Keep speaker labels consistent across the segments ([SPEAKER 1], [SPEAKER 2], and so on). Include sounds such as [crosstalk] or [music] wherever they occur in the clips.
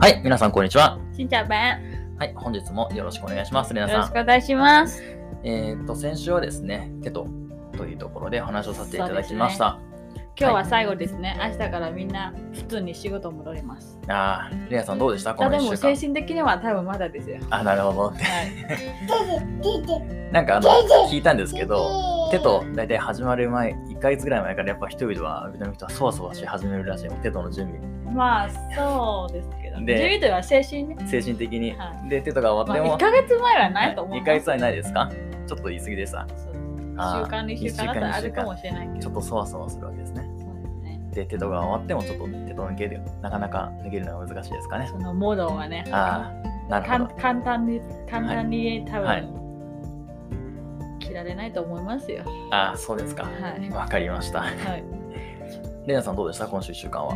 [SPEAKER 1] はい、皆さんこんにちは。
[SPEAKER 2] しんちゃんべん。
[SPEAKER 1] はい、本日もよろしくお願いします。レ
[SPEAKER 2] よ
[SPEAKER 1] ナ
[SPEAKER 2] ろ
[SPEAKER 1] さ
[SPEAKER 2] し
[SPEAKER 1] ん。
[SPEAKER 2] くお願いします。
[SPEAKER 1] えーっと、先週はですね、手とというところでお話をさせていただきました。
[SPEAKER 2] 今日は最後ですね。明日からみんな普通に仕事戻ります。
[SPEAKER 1] ああ、レナさんどうでしたこ
[SPEAKER 2] あ
[SPEAKER 1] の
[SPEAKER 2] で
[SPEAKER 1] 1
[SPEAKER 2] も
[SPEAKER 1] 週間
[SPEAKER 2] 精。神的には多分ま
[SPEAKER 1] [laughs]
[SPEAKER 2] だですよ。
[SPEAKER 1] あ、なるほど。
[SPEAKER 2] はい。
[SPEAKER 1] なんかあの、聞いたんですけど、手と大体始まる前、1ヶ月ぐらい前からやっぱ人々は、ベトナムの人はそわそわし始めるらしいよ。手との準備。
[SPEAKER 2] まあそうですけど。
[SPEAKER 1] で
[SPEAKER 2] で、10位は精神ね。
[SPEAKER 1] 精神的に。
[SPEAKER 2] は
[SPEAKER 1] で、手とが終
[SPEAKER 2] ま
[SPEAKER 1] わ
[SPEAKER 2] あ
[SPEAKER 1] っても、
[SPEAKER 2] 1ヶ月前はないと思う。
[SPEAKER 1] 2ヶ月はないですかちょっと言い過ぎでした。
[SPEAKER 2] そうです。
[SPEAKER 1] あー
[SPEAKER 2] 1週間の1週間だったらあるかもしれないけ
[SPEAKER 1] ち
[SPEAKER 2] ど。
[SPEAKER 1] ょっとそわそわするわけですね。
[SPEAKER 2] そうですね。
[SPEAKER 1] で、手とが終わっても、ちょっと手と抜ける、なかなか抜けるのが難しいですかね。
[SPEAKER 2] そのモードはね。
[SPEAKER 1] ああ、なる
[SPEAKER 2] か
[SPEAKER 1] ほ
[SPEAKER 2] ん
[SPEAKER 1] ど。
[SPEAKER 2] 簡単に簡単に多分、
[SPEAKER 1] は
[SPEAKER 2] 切られないと思いますよ。
[SPEAKER 1] ああ、そうですか
[SPEAKER 2] は。い。
[SPEAKER 1] わかりました。
[SPEAKER 2] はい。
[SPEAKER 1] レナさんどうでした今週1週間は。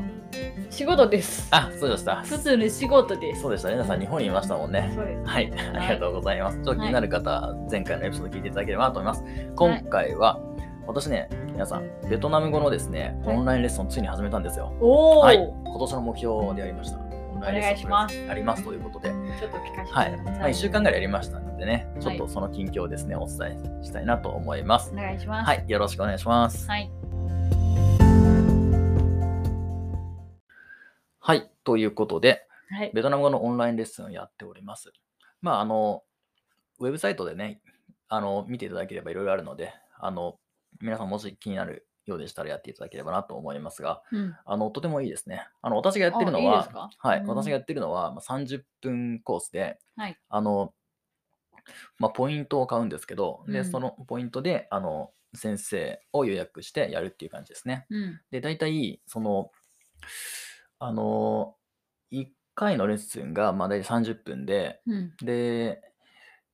[SPEAKER 2] 仕事です。
[SPEAKER 1] あ、そうでした。
[SPEAKER 2] 普通に仕事です。
[SPEAKER 1] そうでした。レナさん日本にいましたもんね。
[SPEAKER 2] そうです。
[SPEAKER 1] はい、ありがとうございます。ちょっと気になる方、前回のエピソード聞いていただければなと思います。今回は、私ね、皆さん、ベトナム語のですね、
[SPEAKER 2] はい
[SPEAKER 1] オンラインレッスンをついに始めたんですよ。
[SPEAKER 2] おお、
[SPEAKER 1] はい、今年の目標でありました。オンラインレッスン
[SPEAKER 2] お願いし
[SPEAKER 1] ありますということで、
[SPEAKER 2] ちょっと聞かせてくだ
[SPEAKER 1] は
[SPEAKER 2] さ
[SPEAKER 1] い、
[SPEAKER 2] い。
[SPEAKER 1] まあ、1週間ぐらいやりましたのでね、ちょっとその近況をですね、お伝えしたいなと思います
[SPEAKER 2] お。願いします。。
[SPEAKER 1] はいい、よろしくお願いします。
[SPEAKER 2] はい。
[SPEAKER 1] はい、ということで、
[SPEAKER 2] はい。
[SPEAKER 1] ベトナム語のオンラインレッスンをやっております。まあ、あの、ウェブサイトでね、あの、見ていただければいろいろあるので、あの、皆さんもし気になるようでしたらやっていただければなと思いますが、
[SPEAKER 2] うん
[SPEAKER 1] あの、とてもいいですね。あの、私がやってるの
[SPEAKER 2] あいいです
[SPEAKER 1] は
[SPEAKER 2] か、
[SPEAKER 1] はい、
[SPEAKER 2] うん
[SPEAKER 1] 私がやってるのはまあ30分コースで、
[SPEAKER 2] はい
[SPEAKER 1] あの、まあ、ポイントを買うんですけど、
[SPEAKER 2] う
[SPEAKER 1] で、
[SPEAKER 2] ん
[SPEAKER 1] そのポイントで、あの、先生を予約してやるっていう感じですね。
[SPEAKER 2] うん。
[SPEAKER 1] で、大体、その、あの、1回のレッスンが、まあ、大体30分で、
[SPEAKER 2] うん。
[SPEAKER 1] で、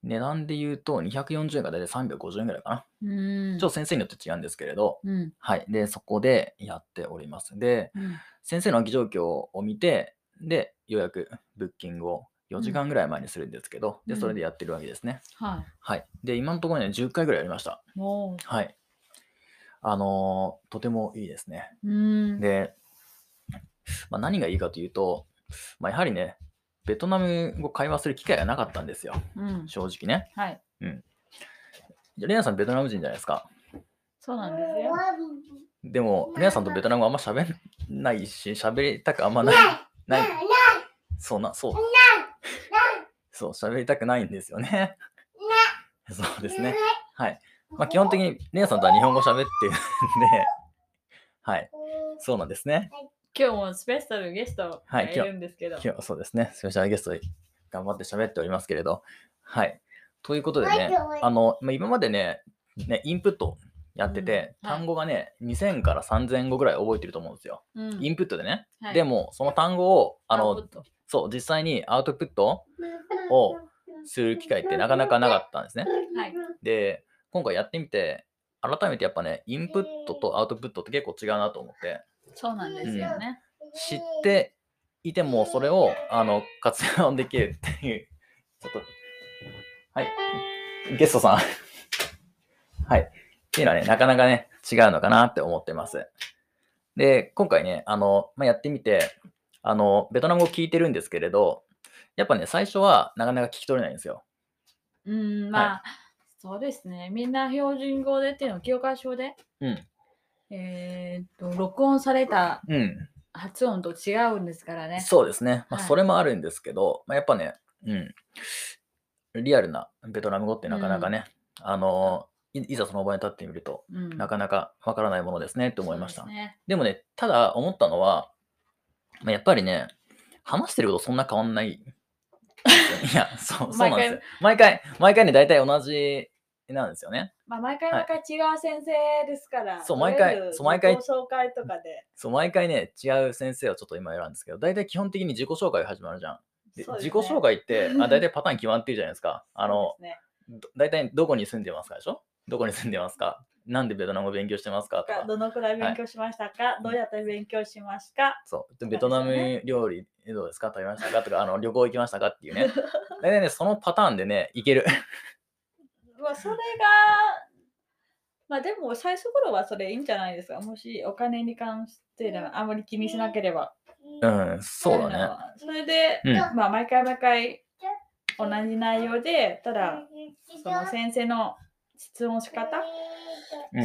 [SPEAKER 1] 値段で言うと240円が大体350円ぐらいかな。
[SPEAKER 2] うん。
[SPEAKER 1] ちょっと先生によって違うんですけれど、
[SPEAKER 2] うん。
[SPEAKER 1] はい。で、そこでやっております。で、
[SPEAKER 2] うん。
[SPEAKER 1] 先生の空き状況を見て、で、ようやくブッキングを4時間ぐらい前にするんですけど、
[SPEAKER 2] うん
[SPEAKER 1] で、それでやってるわけですね。
[SPEAKER 2] はい。
[SPEAKER 1] はい。で、今のところね、10回ぐらいやりました。
[SPEAKER 2] おお。
[SPEAKER 1] はい。あのーとてもいいですね。
[SPEAKER 2] うん。
[SPEAKER 1] で、まあ、何がいいかというと、まあ、やはりね、ベトナム語会話する機会がなかったんですよ、
[SPEAKER 2] うん。
[SPEAKER 1] 正直ね。
[SPEAKER 2] はい。
[SPEAKER 1] レナさん、ベトナム人じゃないですか。
[SPEAKER 2] そうなんですよ。
[SPEAKER 1] でも、レナさんとベトナム語あんま喋んないし、喋りたくあんまない。ない。そうな、そう。そう、喋りたくないんですよね。 [laughs] そうですね。はい。まあ、基本的にレナさんとは日本語喋ってるんで、 [laughs] はい。そうなんですね。
[SPEAKER 2] 今日もスペシャルゲストがいるんですけど。
[SPEAKER 1] 今日そうですね、スペシャルゲストで頑張って喋っておりますけれど。はい。ということでね、あの、まあ、今までねね、インプットやってて、
[SPEAKER 2] うんはい
[SPEAKER 1] 単語がね、2000から3000語ぐらい覚えてると思うんですよ。
[SPEAKER 2] うん
[SPEAKER 1] インプットでね。
[SPEAKER 2] はい
[SPEAKER 1] でも、その単語を、あ
[SPEAKER 2] アウ
[SPEAKER 1] の、
[SPEAKER 2] トプット
[SPEAKER 1] そう、実際にアウトプットをする機会ってなかなかなかったんですね。
[SPEAKER 2] はい。
[SPEAKER 1] で、今回やってみて、改めてやっぱね、インプットとアウトプットって結構違うなと思って、
[SPEAKER 2] そうなんですよね。
[SPEAKER 1] 知っていてもそれをあの活用できるっていう、ちょっと、はい、ゲストさん。はい。っていうのはね、なかなかね、違うのかなって思ってます。で、今回ね、あの、まあ、やってみて、あの、ベトナム語聞いてるんですけれど、やっぱね、最初はなかなか聞き取れないんですよ。
[SPEAKER 2] うん。まあ、そうですね。みんな標準語でっていうの教科書で。
[SPEAKER 1] うん。
[SPEAKER 2] えーっと、録音された
[SPEAKER 1] うん。
[SPEAKER 2] 発音と違うんですからね。
[SPEAKER 1] そうですね。まあ、
[SPEAKER 2] はい
[SPEAKER 1] それもあるんですけど、まあ、やっぱね、うん。リアルなベトナム語ってなかなかね、あの、いいざその場に立ってみると
[SPEAKER 2] うん。
[SPEAKER 1] なかなかわからないものですねって思いました。
[SPEAKER 2] そう
[SPEAKER 1] で
[SPEAKER 2] ですね
[SPEAKER 1] もね、ただ思ったのは、まあやっぱりね、話してることそんな変わんない。
[SPEAKER 2] [laughs]
[SPEAKER 1] いや、そうそう
[SPEAKER 2] 毎
[SPEAKER 1] なん
[SPEAKER 2] 回
[SPEAKER 1] ですよ。毎回、毎回ね、大体同じなんですよね。
[SPEAKER 2] まあ、毎回
[SPEAKER 1] はい
[SPEAKER 2] 毎回違う先生ですから。
[SPEAKER 1] そう毎回
[SPEAKER 2] とりあえず
[SPEAKER 1] そう毎回
[SPEAKER 2] 自己紹介とかで。
[SPEAKER 1] そう、毎回ね、違う先生をちょっと今選んですけど、大体基本的に自己紹介が始まるじゃん。で
[SPEAKER 2] そうです
[SPEAKER 1] 自
[SPEAKER 2] ね
[SPEAKER 1] 己紹介って、
[SPEAKER 2] [laughs]
[SPEAKER 1] あ大体パターン決まってるじゃないですか。あの、
[SPEAKER 2] そうですね
[SPEAKER 1] ど大体どこに住んでますかでしょどこに住んでますかなんでベトナム語勉強してますかとか
[SPEAKER 2] が。どのくらい勉強しましたか、どうやって勉強しましたか
[SPEAKER 1] そう。で
[SPEAKER 2] う
[SPEAKER 1] ベトナ
[SPEAKER 2] ですよ
[SPEAKER 1] ム料理どうですか食べましたかとか、あの旅行行きましたかっていう [laughs] ね。大体ね、そのパターンでね、いける。
[SPEAKER 2] まあそれが、まあでも最初頃はそれいいんじゃないですか。もしお金に関してでもあまり気にしなければ。
[SPEAKER 1] うん、そうだね。
[SPEAKER 2] それで、
[SPEAKER 1] うん
[SPEAKER 2] まあ、毎回毎回同じ内容で、ただ、その先生の質問仕方、
[SPEAKER 1] うん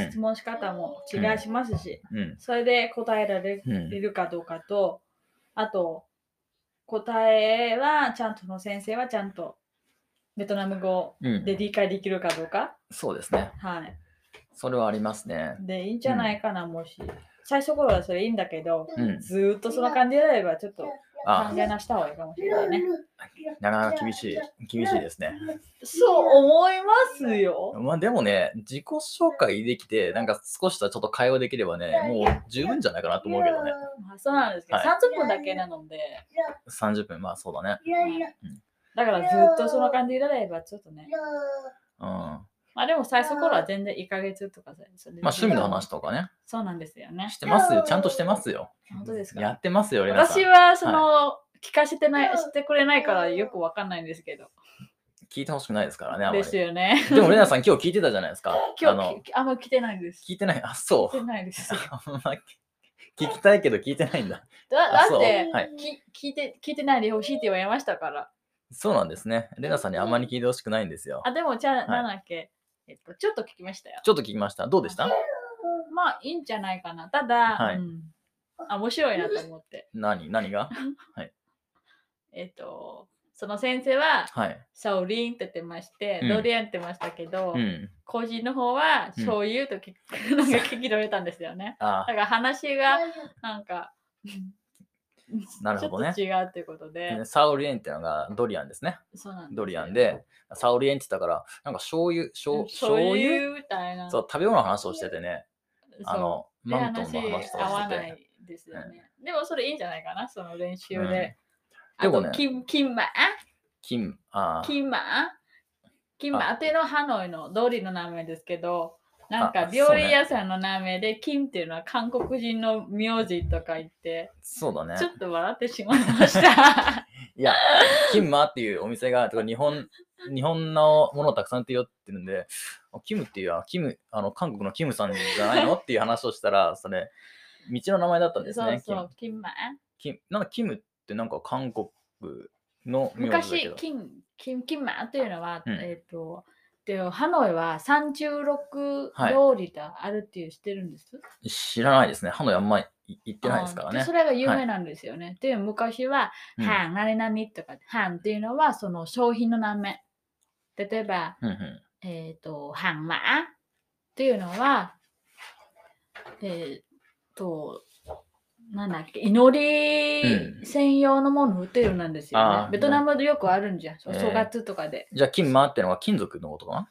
[SPEAKER 2] 質問仕方も違いしますし、
[SPEAKER 1] うん。
[SPEAKER 2] それで答えられ
[SPEAKER 1] う
[SPEAKER 2] れ
[SPEAKER 1] ん。
[SPEAKER 2] るかどうかと、あと、答えはちゃんと、その先生はちゃんとベトナム語
[SPEAKER 1] うん
[SPEAKER 2] で、理解できるかどうか。
[SPEAKER 1] そうですね。
[SPEAKER 2] はい。
[SPEAKER 1] それはありますね。
[SPEAKER 2] で、いいんじゃないかな、もし。最初頃はそれいいんだけど、
[SPEAKER 1] うん。
[SPEAKER 2] ずーっとその感じであれば、ちょっと考
[SPEAKER 1] あ、
[SPEAKER 2] え直した方がいいかもしれないね。
[SPEAKER 1] なかなか厳しい、厳しいですね。
[SPEAKER 2] そう思いますよ。
[SPEAKER 1] まあでもね、自己紹介できて、なんか少しはちょっと会話できればね、もう十分じゃないかなと思うけどね。
[SPEAKER 2] まあ、そうなんですけど、
[SPEAKER 1] はい
[SPEAKER 2] 30分だけなので、
[SPEAKER 1] 30分、まあそうだね。
[SPEAKER 2] だからずっとその感じであれば、ちょっとね。
[SPEAKER 1] うん。ま
[SPEAKER 2] まあでも最初頃は全然1ヶ月とかでそれで
[SPEAKER 1] あ趣味の話とかね、
[SPEAKER 2] そうなんですよね。
[SPEAKER 1] してますよ。ちゃんとしてますよ。
[SPEAKER 2] 本当ですか
[SPEAKER 1] やってますよ、レナさん
[SPEAKER 2] 私。はその、聞かせてない、してくれないからよくわかんないんですけど。
[SPEAKER 1] 聞いてほしくないですからね、あんま
[SPEAKER 2] です
[SPEAKER 1] り。
[SPEAKER 2] よね。
[SPEAKER 1] でも、レナさん今日聞いてたじゃないですか。
[SPEAKER 2] [laughs] 今
[SPEAKER 1] あ
[SPEAKER 2] 日
[SPEAKER 1] の
[SPEAKER 2] きあんま来てないです。
[SPEAKER 1] 聞いてない。あ、そ
[SPEAKER 2] 来
[SPEAKER 1] う。 [laughs]
[SPEAKER 2] てないです。
[SPEAKER 1] あんま聞きたいけど聞いてないんだ。
[SPEAKER 2] だ
[SPEAKER 1] あ
[SPEAKER 2] だ
[SPEAKER 1] そう
[SPEAKER 2] って、
[SPEAKER 1] はい
[SPEAKER 2] き聞いて、聞いてないでほしいって言われましたから。
[SPEAKER 1] そうなんですね。レナさんにあんまり聞いてほしくないんですよ。
[SPEAKER 2] あ、でも、じゃあ、
[SPEAKER 1] い
[SPEAKER 2] なんだっけ、えっと、ちょっと聞きましたよ。
[SPEAKER 1] ちょっと聞きました。どうでした
[SPEAKER 2] まあ、いいんじゃないかな。ただ、
[SPEAKER 1] はい
[SPEAKER 2] うん、あ面白いなと思って。
[SPEAKER 1] 何何が
[SPEAKER 2] えっと、その先生は、
[SPEAKER 1] はい。
[SPEAKER 2] サオリンって言ってまして、
[SPEAKER 1] うん
[SPEAKER 2] ドリアンって言ってましたけど、
[SPEAKER 1] うん。
[SPEAKER 2] 個人の方は
[SPEAKER 1] うん
[SPEAKER 2] 醤油と聞,、なんか聞き取れたんですよね。
[SPEAKER 1] あ
[SPEAKER 2] だから話がなんか、
[SPEAKER 1] [laughs] なるほどね
[SPEAKER 2] ちょっと違うということで、
[SPEAKER 1] あ。サオリエンってのがドリアンですね。
[SPEAKER 2] そうなんですよ
[SPEAKER 1] ドリアンで、サオリエンって言ったから、なんか醤油、醤
[SPEAKER 2] 醤
[SPEAKER 1] 醤油
[SPEAKER 2] 油みたいな。
[SPEAKER 1] そう、食べ物の話をしててね、
[SPEAKER 2] そう
[SPEAKER 1] あの、
[SPEAKER 2] で
[SPEAKER 1] マントンの話と
[SPEAKER 2] 話合
[SPEAKER 1] か
[SPEAKER 2] わ
[SPEAKER 1] して
[SPEAKER 2] な
[SPEAKER 1] て。
[SPEAKER 2] いですよね。でもそれいいんじゃないかな、その練習で。
[SPEAKER 1] うんでもね
[SPEAKER 2] あとキンキンマ
[SPEAKER 1] 金、あー
[SPEAKER 2] キンマキンマっていうのはハノイの通りの名前ですけど、なん
[SPEAKER 1] あ
[SPEAKER 2] か
[SPEAKER 1] そう
[SPEAKER 2] 料
[SPEAKER 1] ね
[SPEAKER 2] 理屋さんの名前で、キンっていうのは韓国人の名字とか言って、
[SPEAKER 1] そうだね
[SPEAKER 2] ち。ょっと笑ってしまいました。
[SPEAKER 1] いや、キンマっていうお店が、てか日
[SPEAKER 2] [laughs]
[SPEAKER 1] 本、日本のものをたくさん売ってるよってるんで、あキムっていう、あキム、あの、韓国のキムさんじゃないのっていう話をした
[SPEAKER 2] [laughs]
[SPEAKER 1] ら、それ、道の名前だったんです
[SPEAKER 2] そう
[SPEAKER 1] ね。キ
[SPEAKER 2] そ
[SPEAKER 1] ム
[SPEAKER 2] う、キンマ
[SPEAKER 1] キムなんかキムってなんか韓国の名字だけ
[SPEAKER 2] 昔
[SPEAKER 1] ど、。
[SPEAKER 2] キン、キン、キンマっていうのは、
[SPEAKER 1] うん
[SPEAKER 2] えっ、と、でハノイは36
[SPEAKER 1] はい
[SPEAKER 2] 料理があるっていう知ってるんです、
[SPEAKER 1] 知らないですね。ハノイあんまい行ってないですから
[SPEAKER 2] あ
[SPEAKER 1] ね
[SPEAKER 2] そ。れが有名なんですよね。で、昔は、
[SPEAKER 1] うん
[SPEAKER 2] ハン、何々とか、ハンっていうのは、その商品の名前。例えば、
[SPEAKER 1] うんうん
[SPEAKER 2] えっ、と、ハンマーっていうのは、えっ、と、なんだっけ、祈
[SPEAKER 1] う
[SPEAKER 2] り専用のもの売ってるようなんですよね。
[SPEAKER 1] あー
[SPEAKER 2] ベトナムでよくあるんじゃん。お
[SPEAKER 1] えー
[SPEAKER 2] 正月とかで。
[SPEAKER 1] じゃあ、金マってのは金属のことかな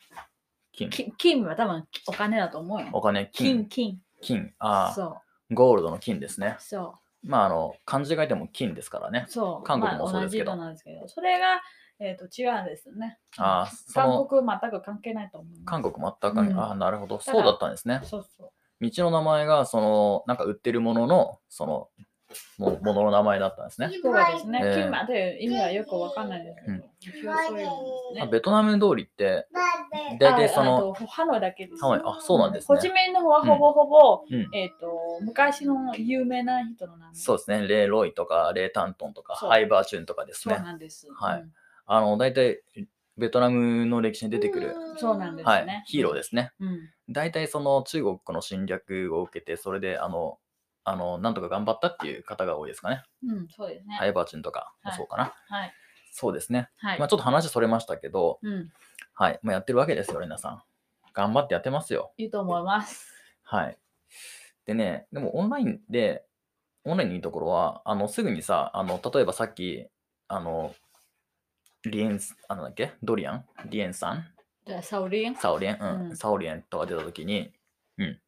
[SPEAKER 1] 金。
[SPEAKER 2] き金は多分お金だと思うよ。
[SPEAKER 1] お金、
[SPEAKER 2] 金、
[SPEAKER 1] 金。
[SPEAKER 2] 金。
[SPEAKER 1] 金。ああ、
[SPEAKER 2] そ
[SPEAKER 1] ゴールドの金ですね
[SPEAKER 2] う、。そう。
[SPEAKER 1] まあ、あの、漢字で書いても金ですからね。
[SPEAKER 2] そう。
[SPEAKER 1] 韓国もそう
[SPEAKER 2] まあ
[SPEAKER 1] ですけど
[SPEAKER 2] 同じとなんですけど。それが、えー、と違うんですね。
[SPEAKER 1] ああ、そ
[SPEAKER 2] 韓
[SPEAKER 1] の、
[SPEAKER 2] 国全く関係ないと思う。
[SPEAKER 1] 韓国全く関係、
[SPEAKER 2] うん
[SPEAKER 1] ああ、なるほど。
[SPEAKER 2] だ
[SPEAKER 1] そ
[SPEAKER 2] か
[SPEAKER 1] う
[SPEAKER 2] ら
[SPEAKER 1] だったんですね。
[SPEAKER 2] そうそ
[SPEAKER 1] 道の名前が、その、なんか売ってるものの、その、もものの名前だったんですね。
[SPEAKER 2] う。そうですね。
[SPEAKER 1] えー
[SPEAKER 2] 金馬という意味はよくわかんないですけど、
[SPEAKER 1] うん
[SPEAKER 2] 一応そういうのです
[SPEAKER 1] まあ
[SPEAKER 2] ね。
[SPEAKER 1] ベトナム通りって、大
[SPEAKER 2] あ
[SPEAKER 1] 体そ
[SPEAKER 2] あ
[SPEAKER 1] の、
[SPEAKER 2] とハノイだけです。
[SPEAKER 1] ハノイ、あ、そうなんです
[SPEAKER 2] ホチ
[SPEAKER 1] ね。
[SPEAKER 2] ミンの方はほぼほぼ、
[SPEAKER 1] うん
[SPEAKER 2] えっ、と、昔の有名な人の名前。
[SPEAKER 1] そうですね。レイ・ロイとか、レイ・タントンとか、
[SPEAKER 2] そう
[SPEAKER 1] ハイ・バーチュンとかです
[SPEAKER 2] そ
[SPEAKER 1] ね。
[SPEAKER 2] うなんです。
[SPEAKER 1] はい
[SPEAKER 2] うん
[SPEAKER 1] あの、大体、ベトナムの歴史に出てくる、
[SPEAKER 2] そうなんですね。
[SPEAKER 1] はい、ヒーローですね。
[SPEAKER 2] うん。
[SPEAKER 1] 大体、その、中国の侵略を受けて、それで、あの、あの、なんとか頑張ったっていう方が多いですかね。
[SPEAKER 2] うん、そうですね。
[SPEAKER 1] ハイ・バーチュンとかもそうかな。
[SPEAKER 2] はい。
[SPEAKER 1] そうですね。
[SPEAKER 2] はい。
[SPEAKER 1] まあ、ちょっと話それましたけど、
[SPEAKER 2] うん。
[SPEAKER 1] はい。まあ、やってるわけですよ、レナさん。頑張ってやってますよ。
[SPEAKER 2] いいと思います。
[SPEAKER 1] はい。でね、でもオンラインで、オンラインのいいところは、あの、すぐにさ、あの、例えばさっき、あの、リエンス、あのだっけドリアンリエンさん
[SPEAKER 2] じゃあ、サオリン。
[SPEAKER 1] サオリエンうん、
[SPEAKER 2] うん
[SPEAKER 1] サオリエンとか出たときに、うん。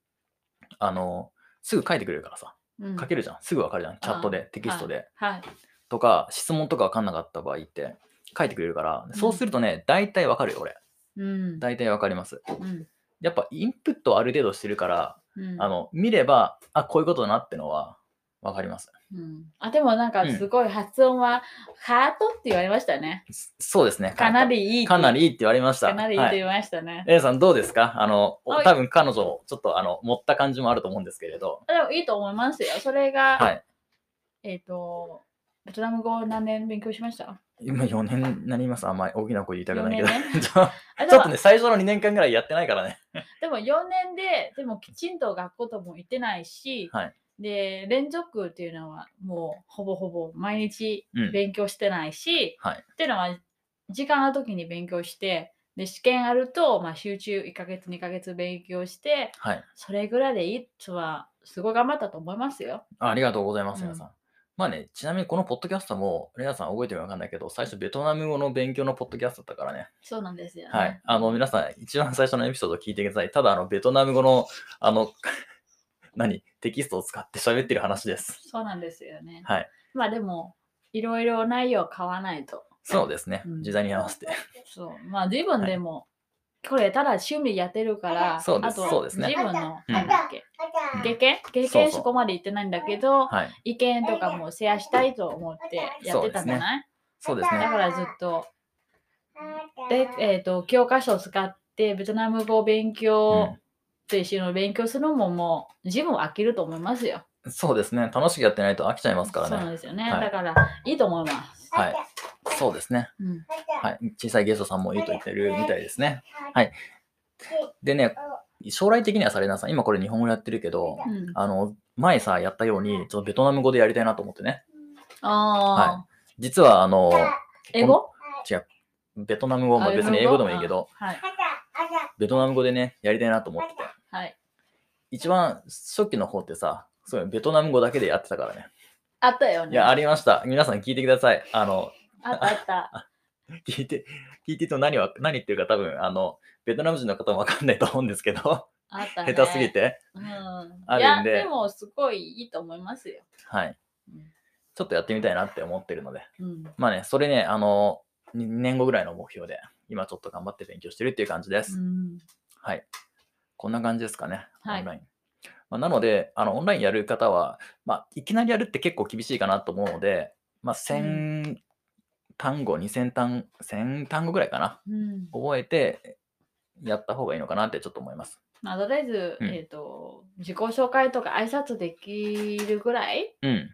[SPEAKER 1] あの、すぐ書いてくれるからさ、
[SPEAKER 2] うん
[SPEAKER 1] 書けるじゃん。すぐわかるじゃん。チャットで、テキストで。
[SPEAKER 2] はい。
[SPEAKER 1] とか、質問とかわかんなかった場合って、書いてくれるから、そうするとね、大体わかるよ、俺。
[SPEAKER 2] うん。
[SPEAKER 1] 大体わかります。
[SPEAKER 2] うん。
[SPEAKER 1] やっぱインプットをある程度してるから、
[SPEAKER 2] うん
[SPEAKER 1] あの見ればあこういうことだなってのは分かります
[SPEAKER 2] うんあでもなんかすごい発音は、ハートって言われましたね。
[SPEAKER 1] そそうですね
[SPEAKER 2] かなりいい。
[SPEAKER 1] かなりいい
[SPEAKER 2] い
[SPEAKER 1] って言われました
[SPEAKER 2] かなりいいって
[SPEAKER 1] は
[SPEAKER 2] 言われましたね。
[SPEAKER 1] A さんどうですかあのお
[SPEAKER 2] はい
[SPEAKER 1] 多分彼女をちょっとあの持った感じもあると思うんですけれど
[SPEAKER 2] でもいいと思いますよ。それが、
[SPEAKER 1] はい
[SPEAKER 2] えっ、と、ベトナム語何年勉強しました
[SPEAKER 1] 今4年になります。あんまり大きな声言いたくないけど。
[SPEAKER 2] 四年
[SPEAKER 1] [laughs] ちょ
[SPEAKER 2] あ
[SPEAKER 1] ちょ
[SPEAKER 2] で
[SPEAKER 1] っ
[SPEAKER 2] も
[SPEAKER 1] とね、最初の2年間ぐらいやってないからね。
[SPEAKER 2] でも4年で、でもきちんと学校とも行ってないし、
[SPEAKER 1] はい
[SPEAKER 2] で、連続っていうのはもうほぼほぼ毎日
[SPEAKER 1] うん
[SPEAKER 2] 勉強してないし、
[SPEAKER 1] はい
[SPEAKER 2] っていうのは時間ある時に勉強して、で試験あると、まあ、集中1ヶ月2ヶ月勉強して
[SPEAKER 1] はい。
[SPEAKER 2] それぐらいでいいとはすごい頑張ったと思いますよ。
[SPEAKER 1] あありがとうございます、
[SPEAKER 2] うん
[SPEAKER 1] 皆さん。まあね、ちなみにこのポッドキャストも、レナさん覚えてるかわかんないけど、最初ベトナム語の勉強のポッドキャストだったからね。
[SPEAKER 2] そうなんですよ、ね。
[SPEAKER 1] はい。あの、皆さん、一番最初のエピソードを聞いてください。ただ、あの、ベトナム語の、あの、 [laughs] 何テキストを使って喋ってる話です。
[SPEAKER 2] そうなんですよね。
[SPEAKER 1] はい。
[SPEAKER 2] まあでも、いろいろ内容を買わないと。
[SPEAKER 1] そうですね
[SPEAKER 2] うん。
[SPEAKER 1] 時代に合わせて。
[SPEAKER 2] そう。まあ自分でも、これただ趣味やってるから、
[SPEAKER 1] そうです
[SPEAKER 2] あと
[SPEAKER 1] そうですね
[SPEAKER 2] 自分の、
[SPEAKER 1] うん
[SPEAKER 2] なんだっけ
[SPEAKER 1] うん
[SPEAKER 2] 経験
[SPEAKER 1] そう
[SPEAKER 2] 経
[SPEAKER 1] そ
[SPEAKER 2] 験
[SPEAKER 1] う
[SPEAKER 2] そこまで言ってないんだけど、
[SPEAKER 1] はい。
[SPEAKER 2] 意見とかもシェアしたいと思ってやってたんじゃない、
[SPEAKER 1] そうです
[SPEAKER 2] だ
[SPEAKER 1] ね。
[SPEAKER 2] からずっと、で
[SPEAKER 3] で、、
[SPEAKER 2] えっ、と、教科書を使ってベトナム語を勉強
[SPEAKER 1] う
[SPEAKER 2] と一緒に勉強するのももう自分は飽きると思いますよ。
[SPEAKER 1] んそうですね。楽しくやってないと飽きちゃいますから
[SPEAKER 2] そうなん
[SPEAKER 1] ね。
[SPEAKER 2] ですよね。
[SPEAKER 1] はい
[SPEAKER 2] だからいいと思います。
[SPEAKER 1] は
[SPEAKER 3] はい
[SPEAKER 1] い。そうですね。
[SPEAKER 2] うん。
[SPEAKER 3] は。
[SPEAKER 1] はいい。小さいゲストさんもいいと言ってるみたいですね。
[SPEAKER 3] はい。
[SPEAKER 1] でね、将来的にはされなさん、今これ日本語やってるけど、
[SPEAKER 2] うん、
[SPEAKER 1] あの、前さ、やったように、ちょっとベトナム語でやりたいなと思ってね。
[SPEAKER 2] ああ、
[SPEAKER 1] 実は、あの、
[SPEAKER 2] 英語
[SPEAKER 1] ベトナム語、まあ別に英語でもいいけど、。
[SPEAKER 2] あはい。
[SPEAKER 1] ベトナム語でね、やりたいなと思ってて。
[SPEAKER 2] はい。
[SPEAKER 1] 一番初期の方ってさ、そうベトナム語だけでやってたからね。
[SPEAKER 2] あったよね。
[SPEAKER 1] いや、あ
[SPEAKER 2] あ
[SPEAKER 1] りました。皆さん聞いてください。あの、
[SPEAKER 2] った
[SPEAKER 1] [laughs]
[SPEAKER 2] あった。
[SPEAKER 1] 聞いて、聞いてると何は、何言ってるか多分、あの、ベトナム人の方もわかんないと思うんですけど、
[SPEAKER 2] あった、ね。
[SPEAKER 1] 下手すぎ。て。
[SPEAKER 2] うん。
[SPEAKER 1] あ
[SPEAKER 2] い
[SPEAKER 1] る
[SPEAKER 2] や、
[SPEAKER 1] んで
[SPEAKER 2] でもすごいいいと思いますよ。
[SPEAKER 1] はい。
[SPEAKER 2] うん
[SPEAKER 1] ちょっとやってみたいなって思ってるので。
[SPEAKER 2] うん。
[SPEAKER 1] まあね、それね、あの、2年後ぐらいの目標で、今ちょっと頑張って勉強してるっていう感じです。
[SPEAKER 2] うん。
[SPEAKER 1] はい。こんな感じですかね、
[SPEAKER 2] はい
[SPEAKER 1] オンライン。まあ、なのであの、オンラインやる方は、まあ、いきなりやるって結構厳しいかなと思うので、まあ、1000単語、2000単1000単語ぐらいかな、
[SPEAKER 2] うん。
[SPEAKER 1] 覚えてやった方がいいのかなってちょっと思います。
[SPEAKER 2] まあ、とりあえず、
[SPEAKER 1] うん
[SPEAKER 2] えっ、と、自己紹介とか挨拶できるぐらい
[SPEAKER 1] うん、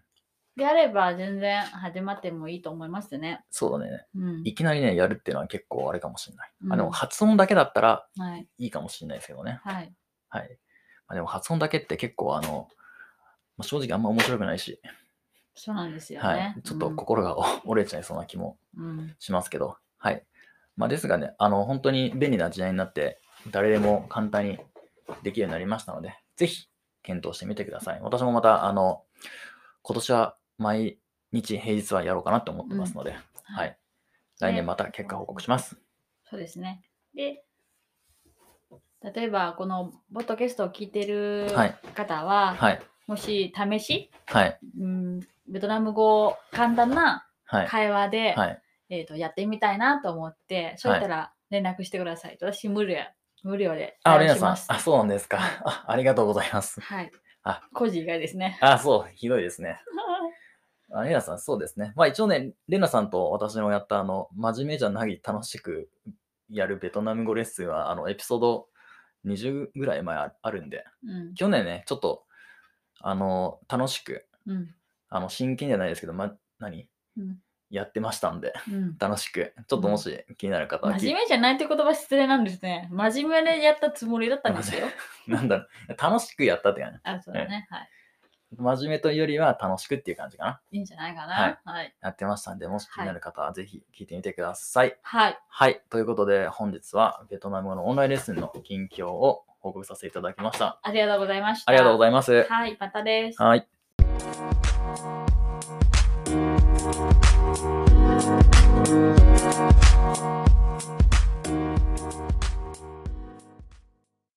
[SPEAKER 2] であれば、全然始まってもいいと思いますね。
[SPEAKER 1] そうだね。
[SPEAKER 2] うん。
[SPEAKER 1] いきなりね、やるっていうのは結構あれかもしれない。
[SPEAKER 2] うん
[SPEAKER 1] あでも、発音だけだったら
[SPEAKER 2] はい。
[SPEAKER 1] いいかもしれないですけどね。
[SPEAKER 2] はい。
[SPEAKER 1] はい。まあ、でも、発音だけって結構、あの、まあ正直あんま面白くないし、
[SPEAKER 2] そうなんですよね。
[SPEAKER 1] はい、ちょっと心がお折れちゃいそうな気も
[SPEAKER 2] うん、うん。
[SPEAKER 1] しますけど、はい。まあ、ですがね、あの、本当に便利な時代になって、誰でも簡単にできるようになりましたので、ぜひ検討してみてください。私もまた、あの、今年は毎日平日はやろうかなと思ってますので、は。い。来年また結果報告します。
[SPEAKER 2] そうですね。で、例えばこのボットキャストを聞いてる
[SPEAKER 1] はい
[SPEAKER 2] 方は、
[SPEAKER 1] はい。
[SPEAKER 2] もし試し、
[SPEAKER 1] はい。
[SPEAKER 2] うん、ベトナム語を簡単な
[SPEAKER 1] はい。
[SPEAKER 2] 会話で、
[SPEAKER 1] はい。
[SPEAKER 2] えー、とやってみたいなと思って、そうしたら連絡してください。私無料無料で
[SPEAKER 1] あ、レ
[SPEAKER 2] 対
[SPEAKER 1] ナ
[SPEAKER 2] 応し
[SPEAKER 1] さん
[SPEAKER 2] ま、す。
[SPEAKER 1] あ、そうなんですか。あありがとうございます。
[SPEAKER 2] はい。
[SPEAKER 1] あ
[SPEAKER 2] 個人以外ですね。 [laughs]
[SPEAKER 1] あ、そう、ひどいですね。あレナさん、そうですね。まあ一応ね、レナさんと私のやった、あの、真面目じゃない、楽しくやるベトナム語レッスンは、あの、エピソード20ぐらい前ああるんで、
[SPEAKER 2] うん。
[SPEAKER 1] 去年ね、ちょっと、あの、楽しく、
[SPEAKER 2] うん。
[SPEAKER 1] あの、真剣じゃないですけど、ま、何
[SPEAKER 2] うん
[SPEAKER 1] やってましたんで、
[SPEAKER 2] うん。
[SPEAKER 1] 楽しく、ちょっともし気になる方は聞い
[SPEAKER 2] 真面目じゃないって言葉失礼なんですね。真面目でやったつもりだったん
[SPEAKER 1] [laughs]
[SPEAKER 2] ですよ。
[SPEAKER 1] なんだろう、楽しくやったって感じ。
[SPEAKER 2] あ、そうだね。はい。
[SPEAKER 1] 真面目というよりは楽しくっていう感じかな。
[SPEAKER 2] いいんじゃないかな。
[SPEAKER 1] はい
[SPEAKER 2] はい。
[SPEAKER 1] やってましたんで、もし気になる方はぜひ聞いてみてください
[SPEAKER 2] はい。
[SPEAKER 1] はい。ということで、本日はベトナム語のオンラインレッスンの近況を報告させていただきました。
[SPEAKER 2] ありがとうございました。
[SPEAKER 1] ありがとうございます。
[SPEAKER 2] はい、またです。
[SPEAKER 1] はい。